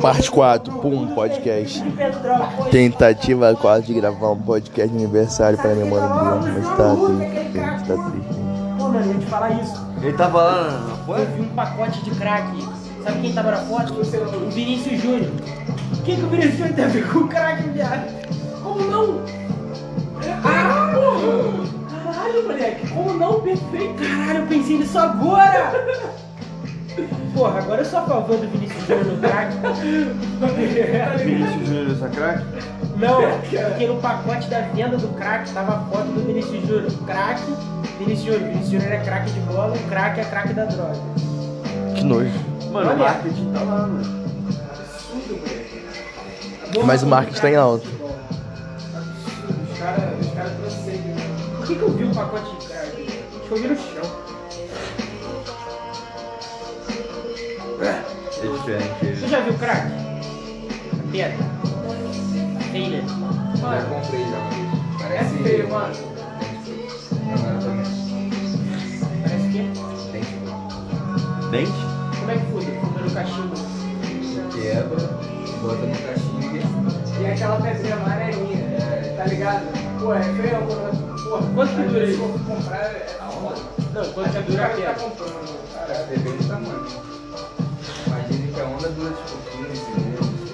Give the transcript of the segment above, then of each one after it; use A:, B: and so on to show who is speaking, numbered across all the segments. A: Parte 4, pum, podcast. Tentativa 4 de gravar um podcast de aniversário para minha mano Bruno, mas tá triste, gente, tá triste.
B: Pô, meu, eu ia te falar isso.
C: Ele tá falando.
B: Eu vi um pacote de crack. Sabe quem tava na foto? O Vinícius Júnior. O que, que o Vinícius Júnior tem a ver com o crack, viado? Como não? Ah, porra! Caralho, moleque! Como não? Perfeito! Caralho, eu pensei nisso agora! Porra, agora eu sou a favor do Vinícius Júnior no crack.
C: Vinícius Júnior, essa craque?
B: Não, porque no pacote da venda do crack tava a foto do Vinícius Júnior. Crack, Vinícius Júnior. Vinícius Júnior é craque de bola, o crack é craque da droga.
A: Que nojo.
C: Mano,
B: Olha.
C: o marketing tá lá, mano.
A: Mas o marketing tá em alta.
B: Os caras os cara prosseguem. Por que, que eu vi um pacote de crack? Acho que eu vi no chão.
C: É diferente
B: Você
C: ele.
B: já viu crack? A pedra. A telha.
D: Já comprei já, mas parece.
B: É feio, mano.
D: Agora também.
B: Parece que. é
D: Tem que
C: Dente?
B: Como é que foi? Fumando cachimbo.
D: quebra, bota no caixinho
E: E aquela pedrinha amarelinha, tá ligado? Pô, é feio, pô, pô,
B: Quanto que dura
E: se
B: isso?
E: for comprar, é a onda.
B: Não, quando você
E: Aí
B: dura a
E: tá
B: pedra.
E: comprando,
D: e
E: cara.
D: cara, depende do tamanho. Imagina que a onda dura tipo 15 minutos.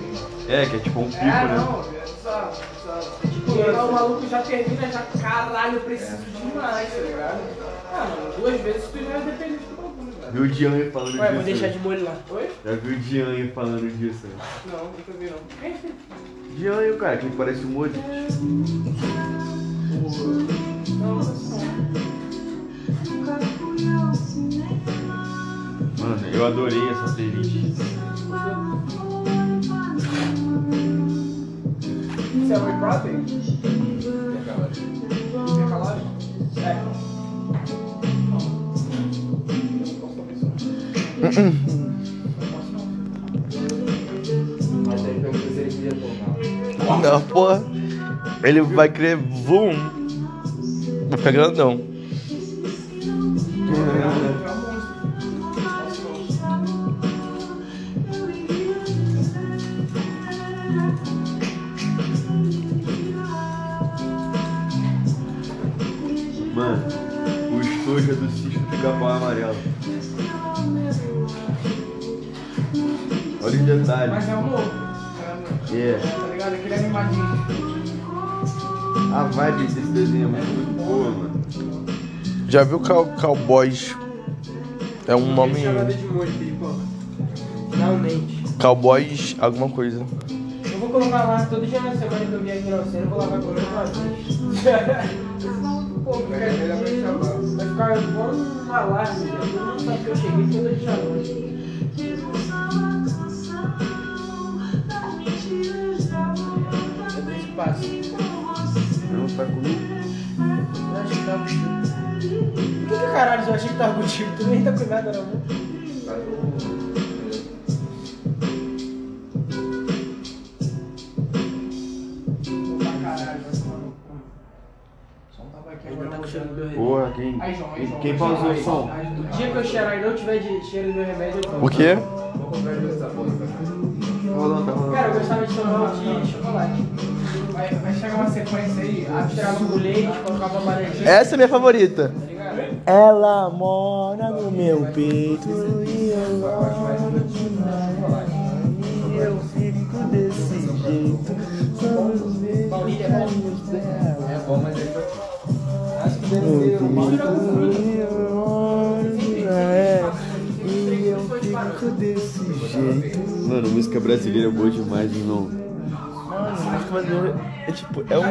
C: É, que é tipo um pico,
E: É,
C: né?
E: não, velho, só, só. Tipo, lá o maluco já termina, já, caralho, eu preciso demais, tá ligado? Ah, mano, duas vezes tu já é dependente do bagulho, velho.
C: Viu o Diane falando
B: Ué,
C: disso.
B: vou deixar
C: né?
B: de molho lá.
E: Oi?
C: Já viu o Diane falando disso. né?
E: Não, nunca vi não. Quem é esse?
C: Diane, o cara, que ele parece um Modric.
E: Não, não.
C: Mano, eu adorei essa playlist.
E: Isso é whey protein? Tem É calórico? É.
D: Mas aí pelo que ele queria tomar.
A: Não, porra. Ele vai querer um. boom. Vai ficar grandão.
C: Mano, o estojo é do cisco de capão amarelo. Olha os detalhes.
E: Mas é um novo. É um novo.
C: É,
E: Tá ligado? Aquele animadinho.
C: a vibe desse desenho é muito boa, mano.
A: Já viu Cow Cowboys? É um nome.
E: Jogador de molho, Felipe. Finalmente.
A: Cowboys alguma coisa.
E: Eu vou colocar lá todo dia na semana que eu vier aqui na oceano, eu vou lavar com uma vez. Pô, porque às vezes vai chamar. Vai ficar igual um alarme, né? Todo mundo sabe que eu cheguei toda de noite. É do espaço.
C: Não tá comigo?
E: Eu acho que tá contigo. Por que, que caralho eu achei que tava contigo? Tu nem tá com nada, não. né? Pô, pra caralho, né, vai tomar no cu. Só um tabaquinho agora né? eu vou cheirar.
C: Porra, quem,
E: Aí, João, aí,
C: quem,
E: João.
C: quem pausou o
E: O
C: som?
E: dia que eu cheirar e não tiver de cheiro do meu remédio, eu tomo.
A: O quê?
D: Vou comprar duas sabores
C: Tá rolando, tá rolando.
E: Cara, eu gostava de tomar um de chocolate. Vai, vai chegar uma sequência aí, tirava o leite, colocava uma laranjinha,
A: Essa é minha favorita.
E: tá ligado?
A: Ela mora no meu peito e eu moro demais. Eu fico desse jeito. São os mesmos caminhos dela.
D: É bom, mas ele foi. Acho que
A: Eu
D: deve ser o
A: fico
D: mal.
A: longe da ela é. e eu fico desse jeito.
C: Mano, música brasileira é boa demais, irmão.
A: Mano, música brasileira é tipo, é um.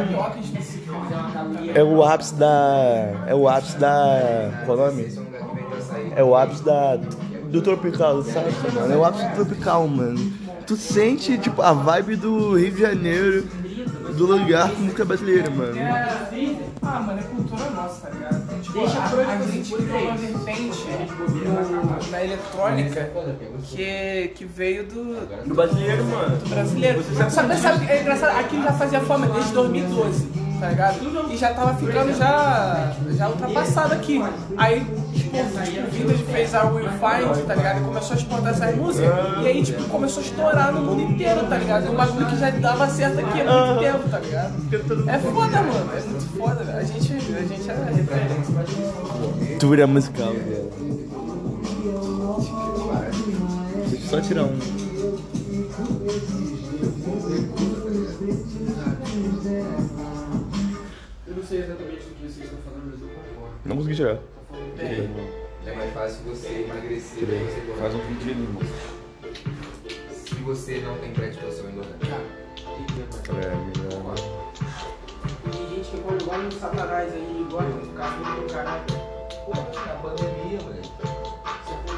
A: É o ápice da. É o ápice da. Qual é o nome?
D: Esse é um lugar que vende açaí.
A: É o ápice da, do tropical, sabe? Mano? É o ápice do tropical, mano. Tu sente, tipo, a vibe do Rio de Janeiro, do lugar com música brasileira, mano.
E: Ah, mano, é cultura nossa, tá ligado? Tipo,
B: Deixa
E: a,
B: por onde
E: a
B: você
E: gente
B: for,
E: criou
B: é
E: uma
B: tipo,
E: vertente no- na eletrônica que, que veio do,
F: No brasileiro, mano.
E: do brasileiro. Sabe, sabe, é engraçado, aquilo já fazia fama desde 2012, tá ligado? E já tava ficando já, já ultrapassado aqui. Aí
F: Vindas tipo, fez a Will Find, tá ligado? E começou a exportar essas músicas. E aí, tipo, começou a estourar no mundo inteiro, tá ligado? E um bagulho que já dava certo aqui há muito tempo, tá ligado? É foda, mano. É muito foda, velho. A gente, a gente é referência.
A: Cultura musical dela. Deixa eu só tirar um.
G: Eu não sei exatamente do que vocês estão falando, mas eu concordo.
A: Não consegui tirar.
H: É mais fácil você emagrecer do que você engordar.
A: um vídeo ali, irmão.
H: Se você não tem predisposição a engordar.
G: Ah, Tem gente que come igual um satanás aí, igual um cachorro do caralho.
H: Pô, na É pandemia, mano.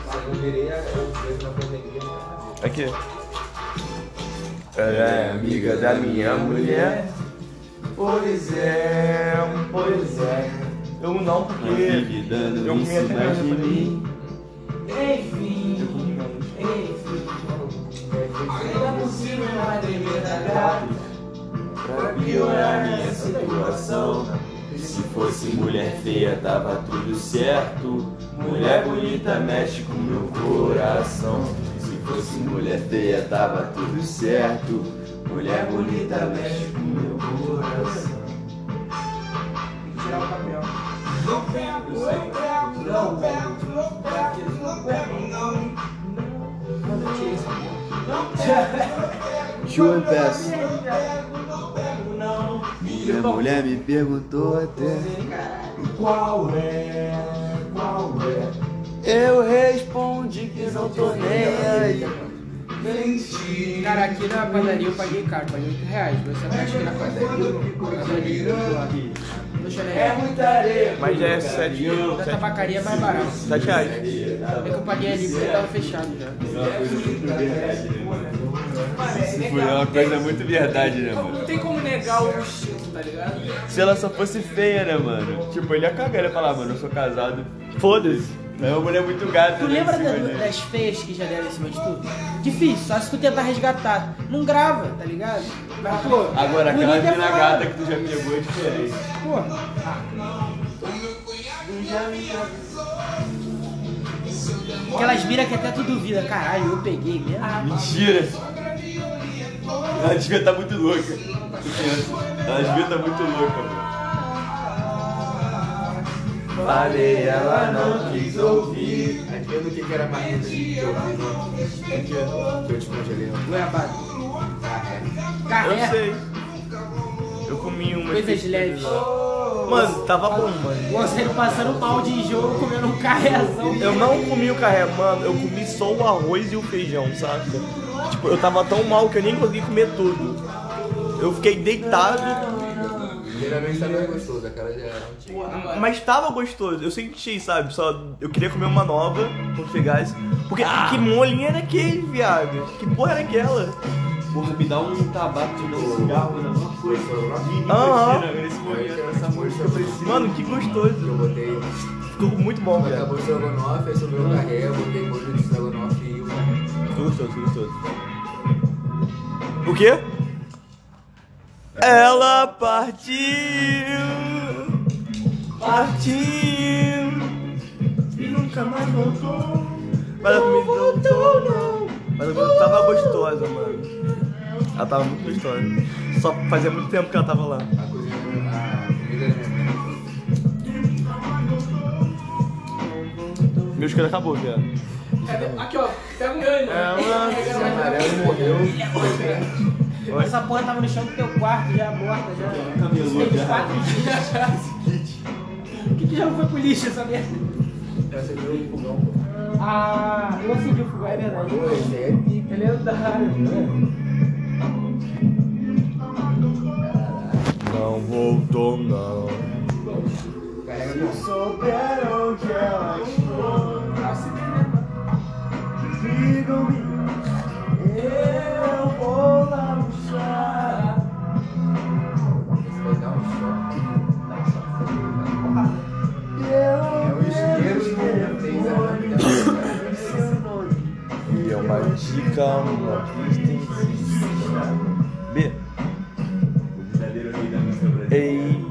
H: Você não é veria as coisas na pandemia, né?
A: Aqui.
C: Ela é amiga da minha mulher.
A: Pois é, pois é. Eu não porque.
C: Duvidando
A: Eu comi
C: isso
A: até
C: mais de
A: mesmo.
C: mim.
G: Enfim, enfim. Ainda por cima é uma tremenda grata.
C: Pra piorar minha situação. Se fosse mulher feia, dava tudo certo. Mulher bonita mexe com meu coração. Se fosse mulher feia, dava tudo certo. Mulher bonita mexe com meu coração.
G: Tirar o papel.
C: João Peço. Minha mulher me perguntou até qual é, qual é. Eu respondi que não tô nem aí.
E: Cara, aqui na padaria eu paguei caro, paguei 8 reais. Mas você acha que na
G: É
E: padaria? No chalé.
A: Mas já é 7
E: Da tabacaria é mais barato.
A: reais.
E: É que eu paguei ali porque tava fechado já.
A: Foi uma coisa muito verdade, né, mano?
F: Não tem como negar o instinto, tá ligado?
A: Se ela só fosse feia, né, mano? Tipo, ele ia cagar, ele ia falar, mano, eu sou casado. Foda-se. É uma mulher muito gata.
E: Tu
A: né,
E: lembra
A: assim,
E: da-
A: mano?
E: das feias que já deram em cima de tu? Difícil, só se tu tentar resgatar. Não grava, tá ligado? Mas, pô,
A: Agora,
E: bonito
A: aquela
E: é
A: mina
E: foda.
A: gata que tu já pegou é diferente.
E: Pô, aquelas miras que até tu duvida. Caralho, eu peguei mesmo.
F: Ah,
A: Mentira! Ela devia estar muito louca. Tu pensa. Ela devia estar muito louca, mano.
C: Falei, ela não quis ouvir.
H: Aquilo que era marmita que eu fiz, que eu te congelei.
E: Goiabada.
A: Eu
E: Carré,
A: sei. Eu comi uma.
E: É? coisas leves.
A: Mano, tava bom, mano.
E: Gonçalo passando mal de jogo, comendo um carreazão.
A: Eu não comi o carré, mano. Eu comi só o arroz e o feijão, saca? Tipo, eu tava tão mal que eu nem consegui comer tudo. Eu fiquei deitado,
H: Geralmente também é gostoso, aquela já era antiga.
A: mas tava gostoso. Eu senti, sabe? Só eu queria comer uma nova quando chegasse. Porque
E: Ah.
A: que molinha era aquele, viado? Que porra era aquela?
C: Porra, me dá um tabaco de um cigarro, não, uma coisa.
A: Aham.
C: nesse
H: Aí
C: momento.
H: eu essa música, eu preciso.
A: Mano, que gostoso.
H: Eu botei.
A: Ficou muito bom, viado.
H: Acabou o estrogonofe, aí sobrou é o carré, eu botei molho de estrogonofe e o.
A: Ficou gostoso, ficou gostoso. O quê? Ela partiu. Partiu.
G: E nunca mais voltou.
A: Mas a comida voltou, não. Mas a comida tava gostosa, mano. Ela tava muito gostosa. Só fazia muito tempo que ela tava lá.
H: A cozinha da minha a comida da minha mãe.
A: Meu esquerdo acabou, viado.
F: Aqui, ó. Pega um ganho.
C: É
H: Esse
C: né?
H: amarelo morreu.
E: Essa porra tava no chão do teu quarto, já morta, já.
C: Camelô,
E: Tem uns
C: Tá já.
E: quatro dias O que, que já foi pro lixo essa merda?
H: Essa virou um fogão, pô.
E: Ah, eu acendi o fogão, é verdade.
H: Pô, esse é pica.
E: É lendário.
A: Não voltou, não.
H: Carrega com
A: Souberam que ela
E: Ah, é
A: Eu vou lá puxar.
H: Esse vai dar um choque. É
A: Eu
H: um isqueiro que tem exatamente.
A: E é uma dica, um uma pista em B. Ei.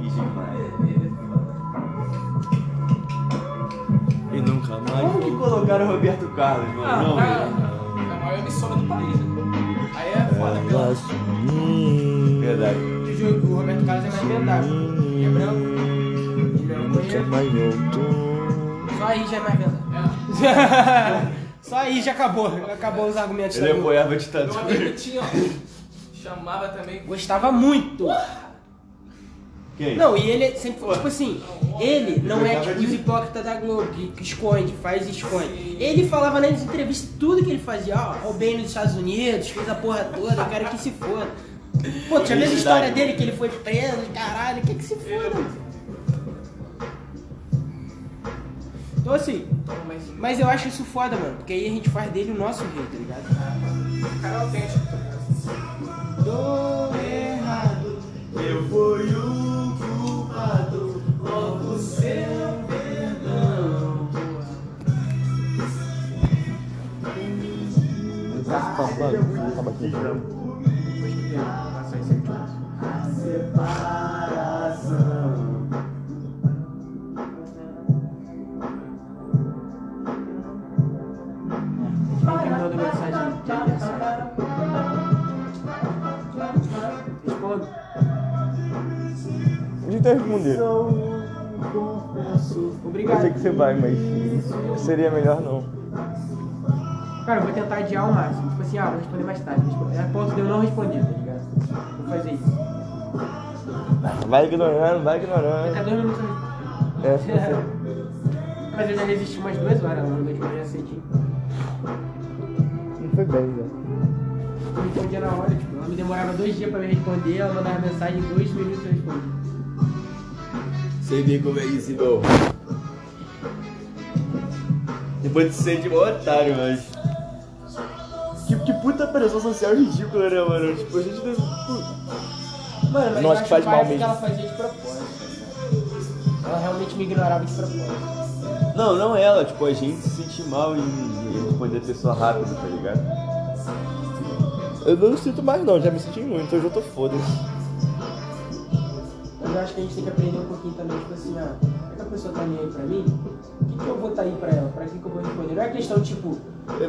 A: E não
C: cara Roberto Carlos, mano. Não,
F: Ah, é a maior emissora do país, né? Aí é foda,
A: Eu
F: pela...
A: gosto de mim.
C: Verdade.
E: O Roberto Carlos é mais vendável. Ele é branco. Ele é um
A: Nunca
E: banheiro.
A: mais voltou.
E: Só aí já é mais vendável.
F: É.
E: Só aí já acabou. Acabou os argumentos.
C: Ele é
E: da minha.
C: apoiava a
F: Meu
C: ditadura.
F: amigo tinha, ó, chamava também...
E: Gostava muito.
C: Quem?
E: Não, e ele sempre foi, tipo assim, ele não é tipo os hipócritas da Globo, que que esconde, faz e esconde. Ele falava nas entrevistas tudo que ele fazia, ó, roubei nos Estados Unidos, fez a porra toda, eu quero que se foda. Pô, tinha a mesma história dele, que ele foi preso, caralho, que que se foda. Então assim, mas eu acho isso foda, mano, porque aí a gente faz dele o nosso rei, tá ligado?
F: O cara é autêntico, tá ligado?
E: Do errado.
C: Eu fui o culpado, logo seu perdão.
A: Tá babando, tá batendo.
C: Separação.
E: Mandando mensagem de aniversário. Respondo.
A: Podia até responder. Eu sei
E: Obrigado.
A: que você vai, mas seria melhor não.
E: Cara, eu vou tentar adiar o máximo. Tipo assim, ah, vou responder mais tarde. Respo- É ponto de eu não responder, tá ligado? Vou fazer isso.
A: Vai ignorando, vai
E: Daqui a
A: ignorando.
E: dois minutos eu respondo.
A: É, se você-
E: Mas eu já resisti umas duas horas lá no meu de manhã cedinho.
A: não foi bem, né?
E: Eu respondia na hora, tipo, ela me demorava dois dias pra me responder, ela mandava mensagem em dois minutos eu respondia.
C: Sei bem como é isso, irmão. Depois de ser de um otário, mas. Que, que puta pressão social ridícula, né, mano? Tipo, a gente. tipo, não-
E: Mano,
A: mas Nossa, eu acho que faz mal básico que mesmo. ela
E: fazia de propósito. Ela realmente me ignorava de propósito.
C: Não, não ela, tipo, a gente se sentir mal em, em responder a pessoa rápido, tá ligado?
A: Eu não sinto mais não, já me senti muito, hoje eu tô foda-se.
E: Mas eu acho que a gente tem que aprender um pouquinho também, tipo assim, ah, será que a pessoa tá nem aí pra mim? O que, que eu vou tá aí pra ela? Pra que, que eu vou responder? Não é questão tipo,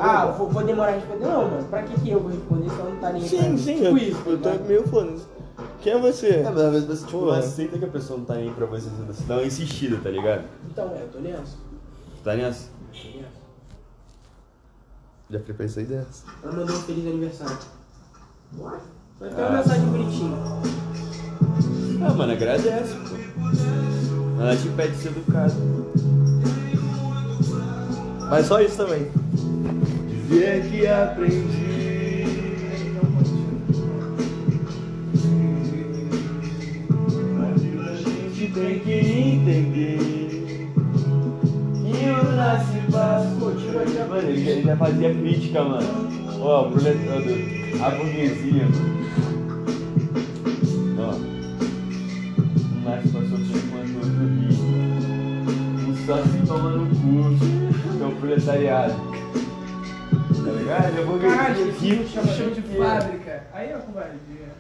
E: ah, vou, vou demorar a responder, não, mano. Pra que, que eu vou responder se ela não tá nem aí pra
A: Sim,
E: mim?
A: sim, eu,
E: tipo isso,
A: eu tô
E: tá ligado?
A: meio foda-se. Quem é você?
C: É, mas às vezes você tipo, não
A: Porra.
C: aceita que a pessoa não tá nem aí pra você, você dá uma insistida, tá ligado?
E: Então, é, eu tô nessa.
C: Tá nessa?
E: tô nessa.
A: Já fiquei pensando dessa.
E: Ela mandou um feliz aniversário. Foi até uma mensagem bonitinha.
C: Ah, mano, agradece, pô. Ela te pede ser educado.
A: Mas só isso também.
C: Dizer que aprendi. Mas a gente tem que entender. Que eu nasci pra curtir. Mano, ele ele já fazia crítica, mano. Ó, o proletador. A burguesia. Ó. Não nasce pra sofrer quanto outro rico. E só se toma Um no cu. Que é o proletariado. Tá ligado? Eu vou ver
F: Caralho,
C: que
F: que
C: rico
F: chão de
C: que é.
F: fábrica. Aí é covardia.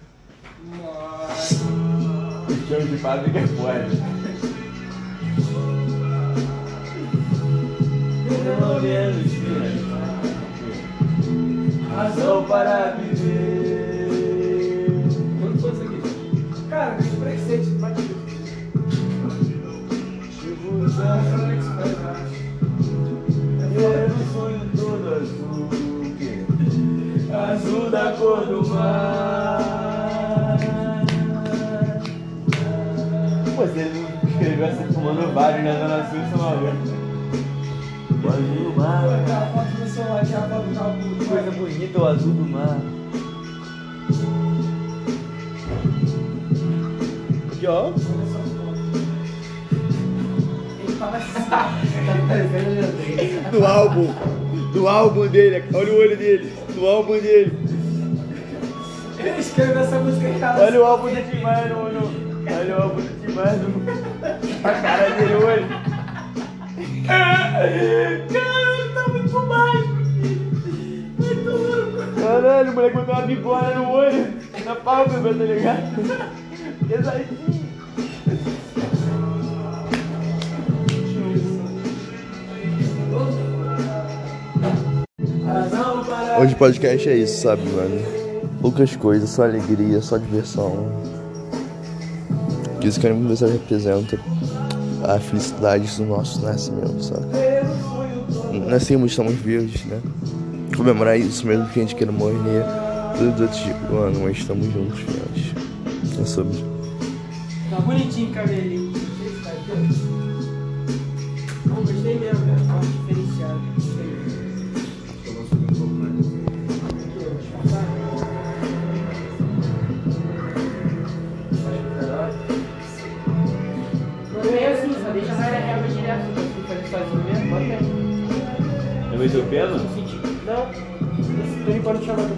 F: Nossa.
C: Chão de fábrica é foda. Pelo menos, filho. Razão para viver.
F: Quanto foi isso aqui? Cara, eu comprei seis, batido.
C: Chegou já. Era um sonho todo azul. o quê? Azul da cor do mar. Pô, você não escreveu essa fumando vários na Zona Sul, você é maluco. Azul do mar.
F: Aquela foto do celular, tinha a foto do carro
C: Que coisa bonita, o azul do mar.
A: E ó,
F: Ele tava assim.
A: do álbum. Do álbum dele, olha o olho dele. Do álbum dele.
F: Ele escreveu essa música em casa.
A: Olha o álbum do Timano, mano. Olha o álbum do Timano. A cara dele hoje. Caralho, o moleque botou uma bigorna no olho, na pálpebra, tá ligado? Pesadinho. Hoje o podcast é isso, sabe, mano? Poucas coisas, só alegria, só diversão. Isso que a universidade representa a felicidade do nosso nascimento, sabe? Nascemos, estamos vivos, né? Comemorar isso mesmo que a gente queira morrer todos os outros dias do ano, mas estamos juntos, gente. É sobre.
E: Tá bonitinho o cabelinho. Não gostei mesmo, velho. Tá diferenciado.
H: um
E: Não é assim, só deixa a Mayra Helga direto. Eu fui fazer sozinho mesmo, bota aí.
C: É meio teu pelo?
E: Não, esse Tony pode chamar.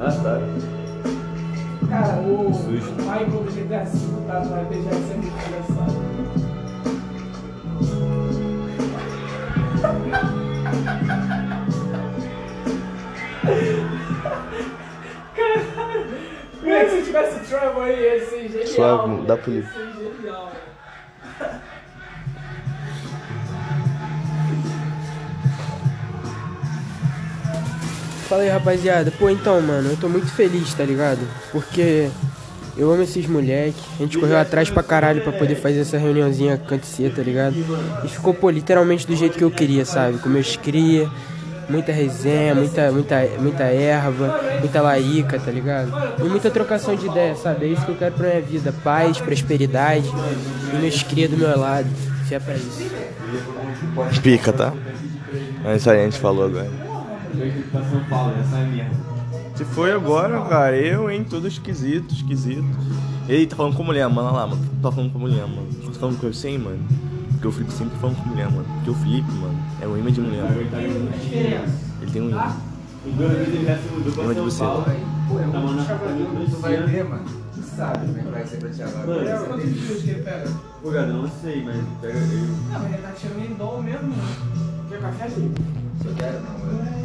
C: Ah, tá.
G: Cara, o
C: Sujo.
G: Michael do GTA V tá no RPG é muito engraçado. Caralho! Se tivesse o Trevor aí, ia ser genial.
A: Suave,
G: moleque,
A: dá pra ele.
G: Ia ser genial.
E: Fala aí, rapaziada. Pô, então, mano, eu tô muito feliz, tá ligado? Porque eu amo esses moleques. A gente correu atrás pra caralho pra poder fazer essa reuniãozinha acontecer, tá ligado? E ficou, pô, literalmente do jeito que eu queria, sabe? Com meus cria, muita resenha, muita, muita, muita erva, muita larica, tá ligado? E muita trocação de ideia, sabe? É isso que eu quero pra minha vida. Paz, prosperidade e meus cria do meu lado. Se é pra isso.
A: Pica, tá? É isso aí, a gente falou agora.
C: Pra São Paulo, essa é minha.
A: Se foi agora, cara, eu, hein? Tudo esquisito, esquisito. Ei, tá falando com mulher, mano. Olha lá, mano. Tá falando com mulher, mano. Tá falando com eu sei, mano. Porque o Felipe sempre falando com mulher, mano. Porque o Felipe, mano, é um imã de mulher. mano. Ele tem um imã.
C: O meu amigo ele já se mudou pra
A: Lembra de
C: São
A: você.
C: Paulo.
H: Pô, é
C: Tá
H: um
C: mandando
H: chavadão
C: fazer
H: que tu vai
C: docinho.
H: ver, mano. Tu sabe como é que vai ser pra te agora.
C: Mano,
H: Você
C: quantos
H: tem-
C: Pô, cara, não sei, mas pega eu.
G: Não, mas ele tá
E: um
G: tirando em dom mesmo.
E: né?
G: Quer café, Felipe?
H: Só quero, não, mano.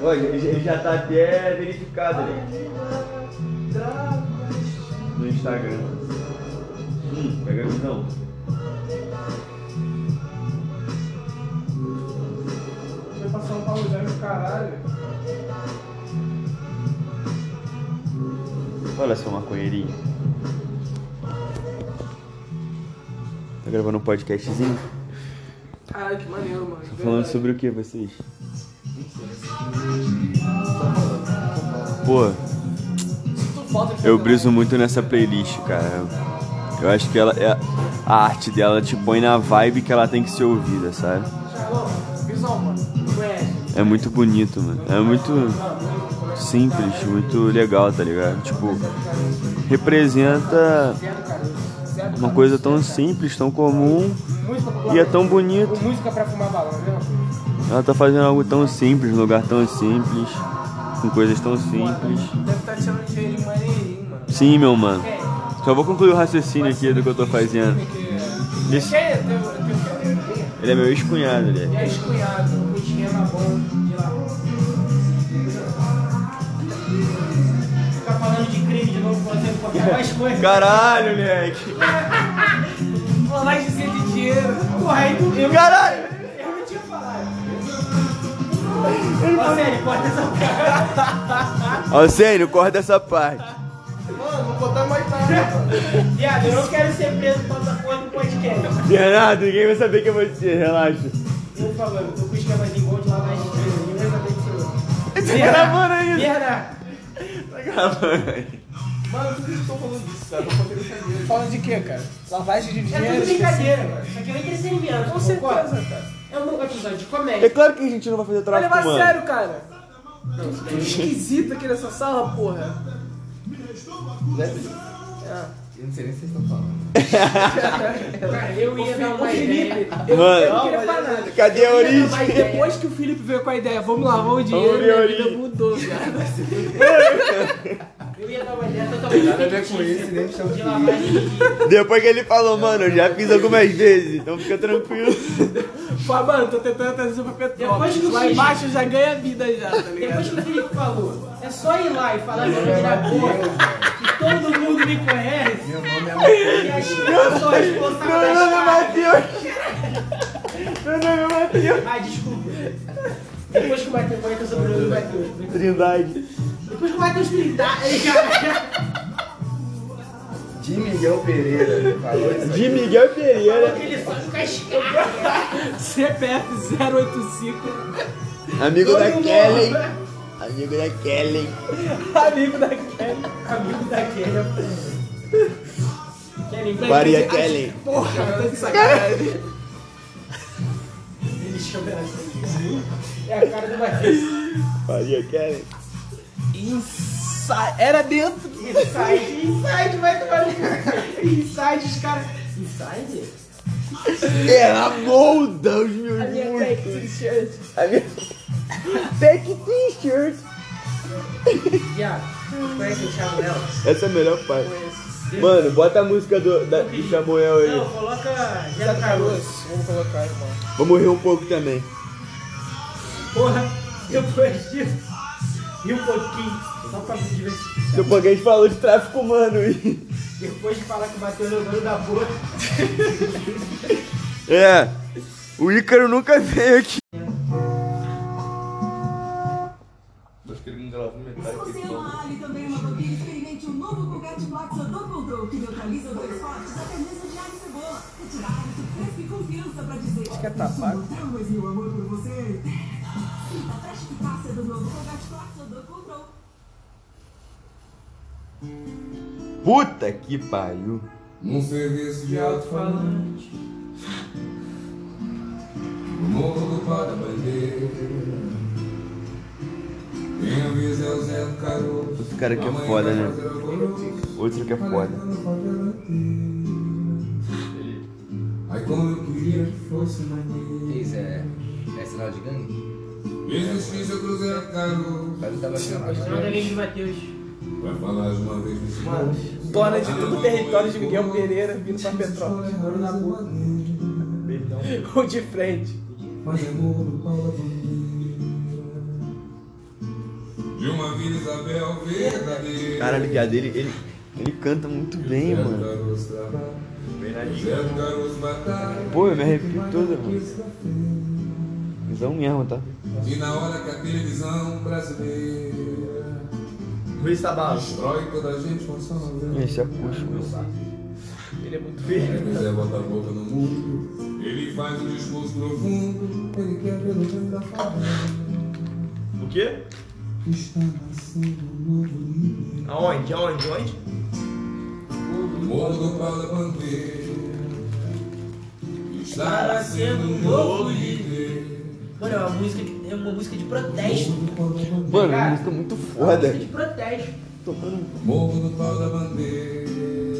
C: Pô, ele ele já tá até verificado, né? No Instagram. Hum, pega a visão.
G: Vai passar um pau grande do caralho.
C: Olha só, maconheirinho. Tá gravando um podcastzinho?
G: Caralho, que maneiro, mano.
C: Tá falando sobre o que vocês? Pô, eu briso muito nessa playlist, cara. Eu acho que ela é a arte dela te põe na vibe que ela tem que ser ouvida, sabe?
G: é Visão, mano. Conhece.
C: É muito bonito, mano. É muito simples, muito legal, tá ligado? Tipo, representa uma coisa tão simples, tão comum
G: Música popular.
C: e é tão bonito.
G: Música pra fumar balão, né?
C: Ela tá fazendo algo tão simples, num lugar tão simples, com coisas tão simples.
G: Deve tá estar tirando dinheiro de maneirinho, mano.
C: Sim, meu mano. Só vou concluir o raciocínio aqui do que eu tô fazendo. Esse-
G: Cheia, teu, teu, teu
C: ele é meu ex-cunhado, ele
G: E
C: é.
G: aí, cunhado, um esquema bom de lá.
E: Ficar falando de crime de novo, fazendo qualquer mais coisa.
C: Caralho, moleque!
G: Lavagem de dinheiro.
E: Porra, aí tu- eu-
C: Caralho!
E: Eu não tinha falado. Ó, sério, corta essa parte.
C: Alcênio, corta essa parte.
E: Viado, eu não quero ser preso por essa porra do podcast.
C: Bernardo, ninguém vai saber que é você, relaxa.
E: Eu falando, tô com esquemazinho bom de lavagem de dinheiro. Ninguém vai saber que sou eu.
C: Tá gravando ainda?
E: Merda!
C: Tá gravando aí.
G: Fala de quê, cara? Lavagem de
E: É
G: dinheiro.
E: tudo brincadeira, mano. Isso
G: é um
E: aqui vai crescer em menos.
G: Com certeza,
H: Tá
G: cara.
E: É um novo episódio de
C: É
E: comédia.
C: claro que a gente não vai fazer
G: Vai
C: tráfico,
G: levar a
C: mano.
G: Tá sério, cara.
H: é
G: Que esquisito aqui nessa sala, porra.
H: É. Eu não sei nem se vocês estão falando.
E: Cara, eu ia dar
G: O
E: uma
G: Felipe,
E: ideia.
G: eu,
C: Mano.
G: eu não queria falar nada.
C: Cadê a
G: Eu ia dar uma
C: origem?
G: ideia. Depois que o Felipe veio com a ideia, vamos lavar o dinheiro,
C: Vamos ver a
G: minha vida
C: origem.
G: mudou, cara.
E: Eu ia dar uma ideia totalmente
H: Nada a ver com isso, nem me chama
E: de
H: de
E: lavagem de dinheiro.
C: Depois que ele falou, mano, eu já fiz algumas vezes, então fica tranquilo.
G: Fala, mano, tô tentando trazer pra
E: Depois
G: Petrópolis.
E: que o
G: Lá
E: Felipe-
G: embaixo já ganha vida já, tá ligado?
E: Depois que o Felipe falou, é só ir lá e falar meu nome na boca, que todo mundo me conhece,
H: Meu nome é Matheus.
E: e as pessoas responsáveis das
C: Matheus!
E: é Ah, desculpa. Depois que o Matheus vai ter sobrenome do Matheus.
I: Trindade.
E: Depois que o Matheus brindar, ele já.
H: De Miguel Pereira. Falou isso
I: De Miguel Pereira.
E: Ele só no cascalho.
A: CPF 085,
C: Amigo
E: Todo
C: da
E: mundo.
C: Kelly. Amigo da Kelly.
A: amigo da Kelly.
E: Amigo da Kelly. Kelly,
C: Maria Kelly.
E: Ele chama ela assim.
A: É a cara do Matheus.
C: Maria Kelly.
J: Insa- Era dentro do.
E: Inside, inside, vai tomar no cu. Inside, os caras. Inside?
C: Era molda os meus
A: A minha
C: músculos.
A: fake t-shirt.
C: A minha- Fake t-shirt.
E: Viado, conhece o Thiago Léo?
C: Essa é a melhor parte. Mano, bota a música do, da, do Samuel aí.
E: Não, coloca Zé Caroço.
J: Vou colocar, irmão.
C: Vamos rir um pouco também.
E: Porra, depois disso. E um pouquinho, só pra me divertir.
C: Depois que a gente falou de tráfico humano. aí.
E: Depois de falar que o Matheus é o dono da boca.
C: É. O Ícaro nunca veio aqui.
H: Acho que ele não gravou metade
K: Você é uma Ali também uma vampira, experimente o novo Colgate Max Double Grow, que neutraliza dois fortes até mesmo de alho e cebola. E te dá hábito fresco e confiança pra dizer... Acho que é tabaco. mas meu amor por você... Sinta a fresca eficácia do novo Colgate Max Double Grow.
C: Puta que pariu.
H: Num serviço de alto-falante No morro do Pada Bandeira Quem avisa é o Zé do Caroço
C: Esse cara aqui é
H: Amanhã
C: foda,
H: vai
C: né?
H: fazer alvoroço.
C: Outro que é foda.
H: Aí como eu queria que fosse maneiro
L: Isso é. É sinal de gangue?
H: Existisse outro Zé do Caroço
L: Mas eu tava achando.
E: Manda link de é Matheus.
H: Vai falar de uma vez nesse mundo
J: Dona de todo o território de Miguel Pereira vindo pra
H: é
J: Petrópolis. Ou de frente.
H: Mas é morro do Paula De uma Vila Isabel verdadeira
C: Cara, ligado, ele, ele, ele canta muito bem, mano. Pô, eu me arrepio toda, mano. Visão mesmo, tá?
H: E na hora que a televisão brasileira
I: Luiz Tabarro.
H: destrói toda a gente né? com sua novela.
C: Esse é acústico, mano.
H: Ele quiser botar a boca no mundo, ele faz um discurso profundo, ele quer pelo bem da favela.
I: O quê?
H: Está nascendo um novo líder.
I: Aonde? Aonde? Aonde?
H: Morro do Paulo Bandeira. Está nascendo um novo líder.
E: Mano, é uma música de, é uma música de protesto.
C: Mano, a música é muito
E: É
C: foda.
E: uma música de protesto.
H: Morro do pau da bandeira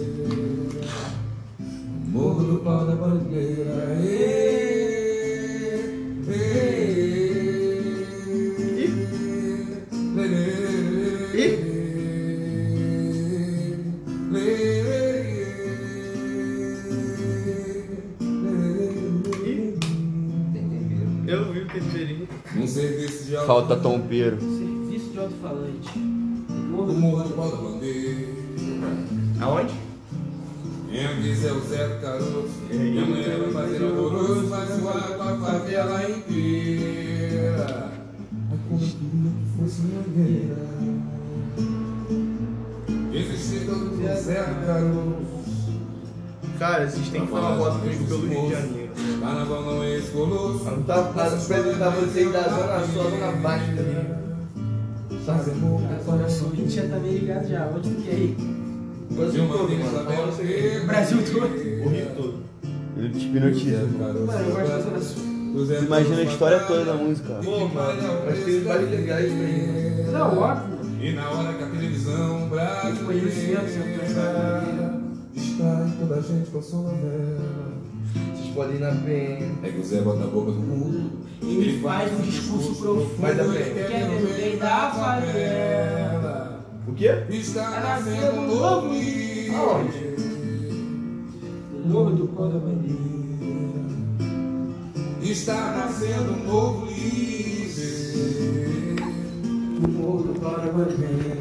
H: Morro do pau da bandeira ê, ê, ê, lê, lê, lê, lê, lê, lê.
I: Eu vi o temperinho.
H: Um serviço de alto
C: Falta tompeiro.
E: Serviço de alto-falante.
H: do morro do pau da bandeira
I: Aonde?
H: Meu diz é o Zé do Caroço E amanhã vai fazer alvoroço Vai zoar com a favela inteira Ai, como eu queria que fosse maneira Existir todo o Zé do Caroço
I: Cara, vocês
H: Tá
I: têm que falar voz mesmo pelo Rio de Janeiro.
H: Carnaval não é esse colosso
L: Não tá nada apresentar vocês da Zona Sul, Zona Baixa também. né?
H: Fazer morro do pau da
E: O
H: bandeira
E: Vinte já tá meio ligado já. Onde que é aí?
H: De uma vez na Bela
E: Brasil todo.
I: O Rio todo.
C: Ele te hipnotiza. mano.
E: Mano, eu gosto da Zona Sul.
H: é
C: Tu Imagina a história toda da música.
I: Pô, mano.
L: Mas tem vários legais pra ir.
E: Não, óbvio.
H: E na hora que a televisão brasileira
E: Conhecimento, seu
H: está em toda a gente com a sua novela.
L: Vocês podem ir na penha.
H: É que o Zé bota a boca no mundo.
E: Ele faz um discurso profundo.
L: Mas a
E: Que
L: penha.
E: é do bem da favela.
I: O quê?
H: Está nascendo um novo líder.
E: Morro do Pó
H: é
E: da Bandeira.
H: Está nascendo um novo líder.
E: Morro do Pó da Bandeira.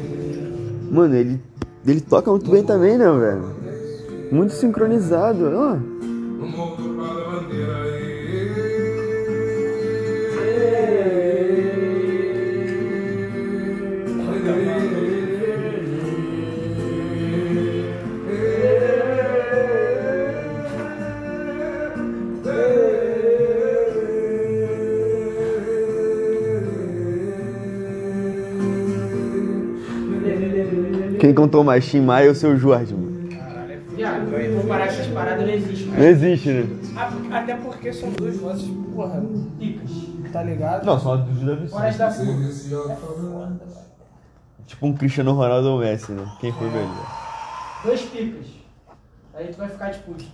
C: Mano, ele, ele toca muito bem também, né, velho? Muito sincronizado, ó.
H: No mundo para a bandeira. ê, ê, ê.
C: Quem contou mais, Tim Maia ou seu Jorge, mano?
M: Viado, eu vou parar essas paradas, não existe,
C: Não
M: cara.
C: existe, né?
E: A- Até porque são duas vozes, porra, ricas, tá ligado?
C: Não, só do Júlio
E: Horas da fuga.
H: é
C: Tipo um Cristiano Ronaldo ou Messi, né? Quem foi melhor?
M: Dois picas. Aí tu vai ficar de puto.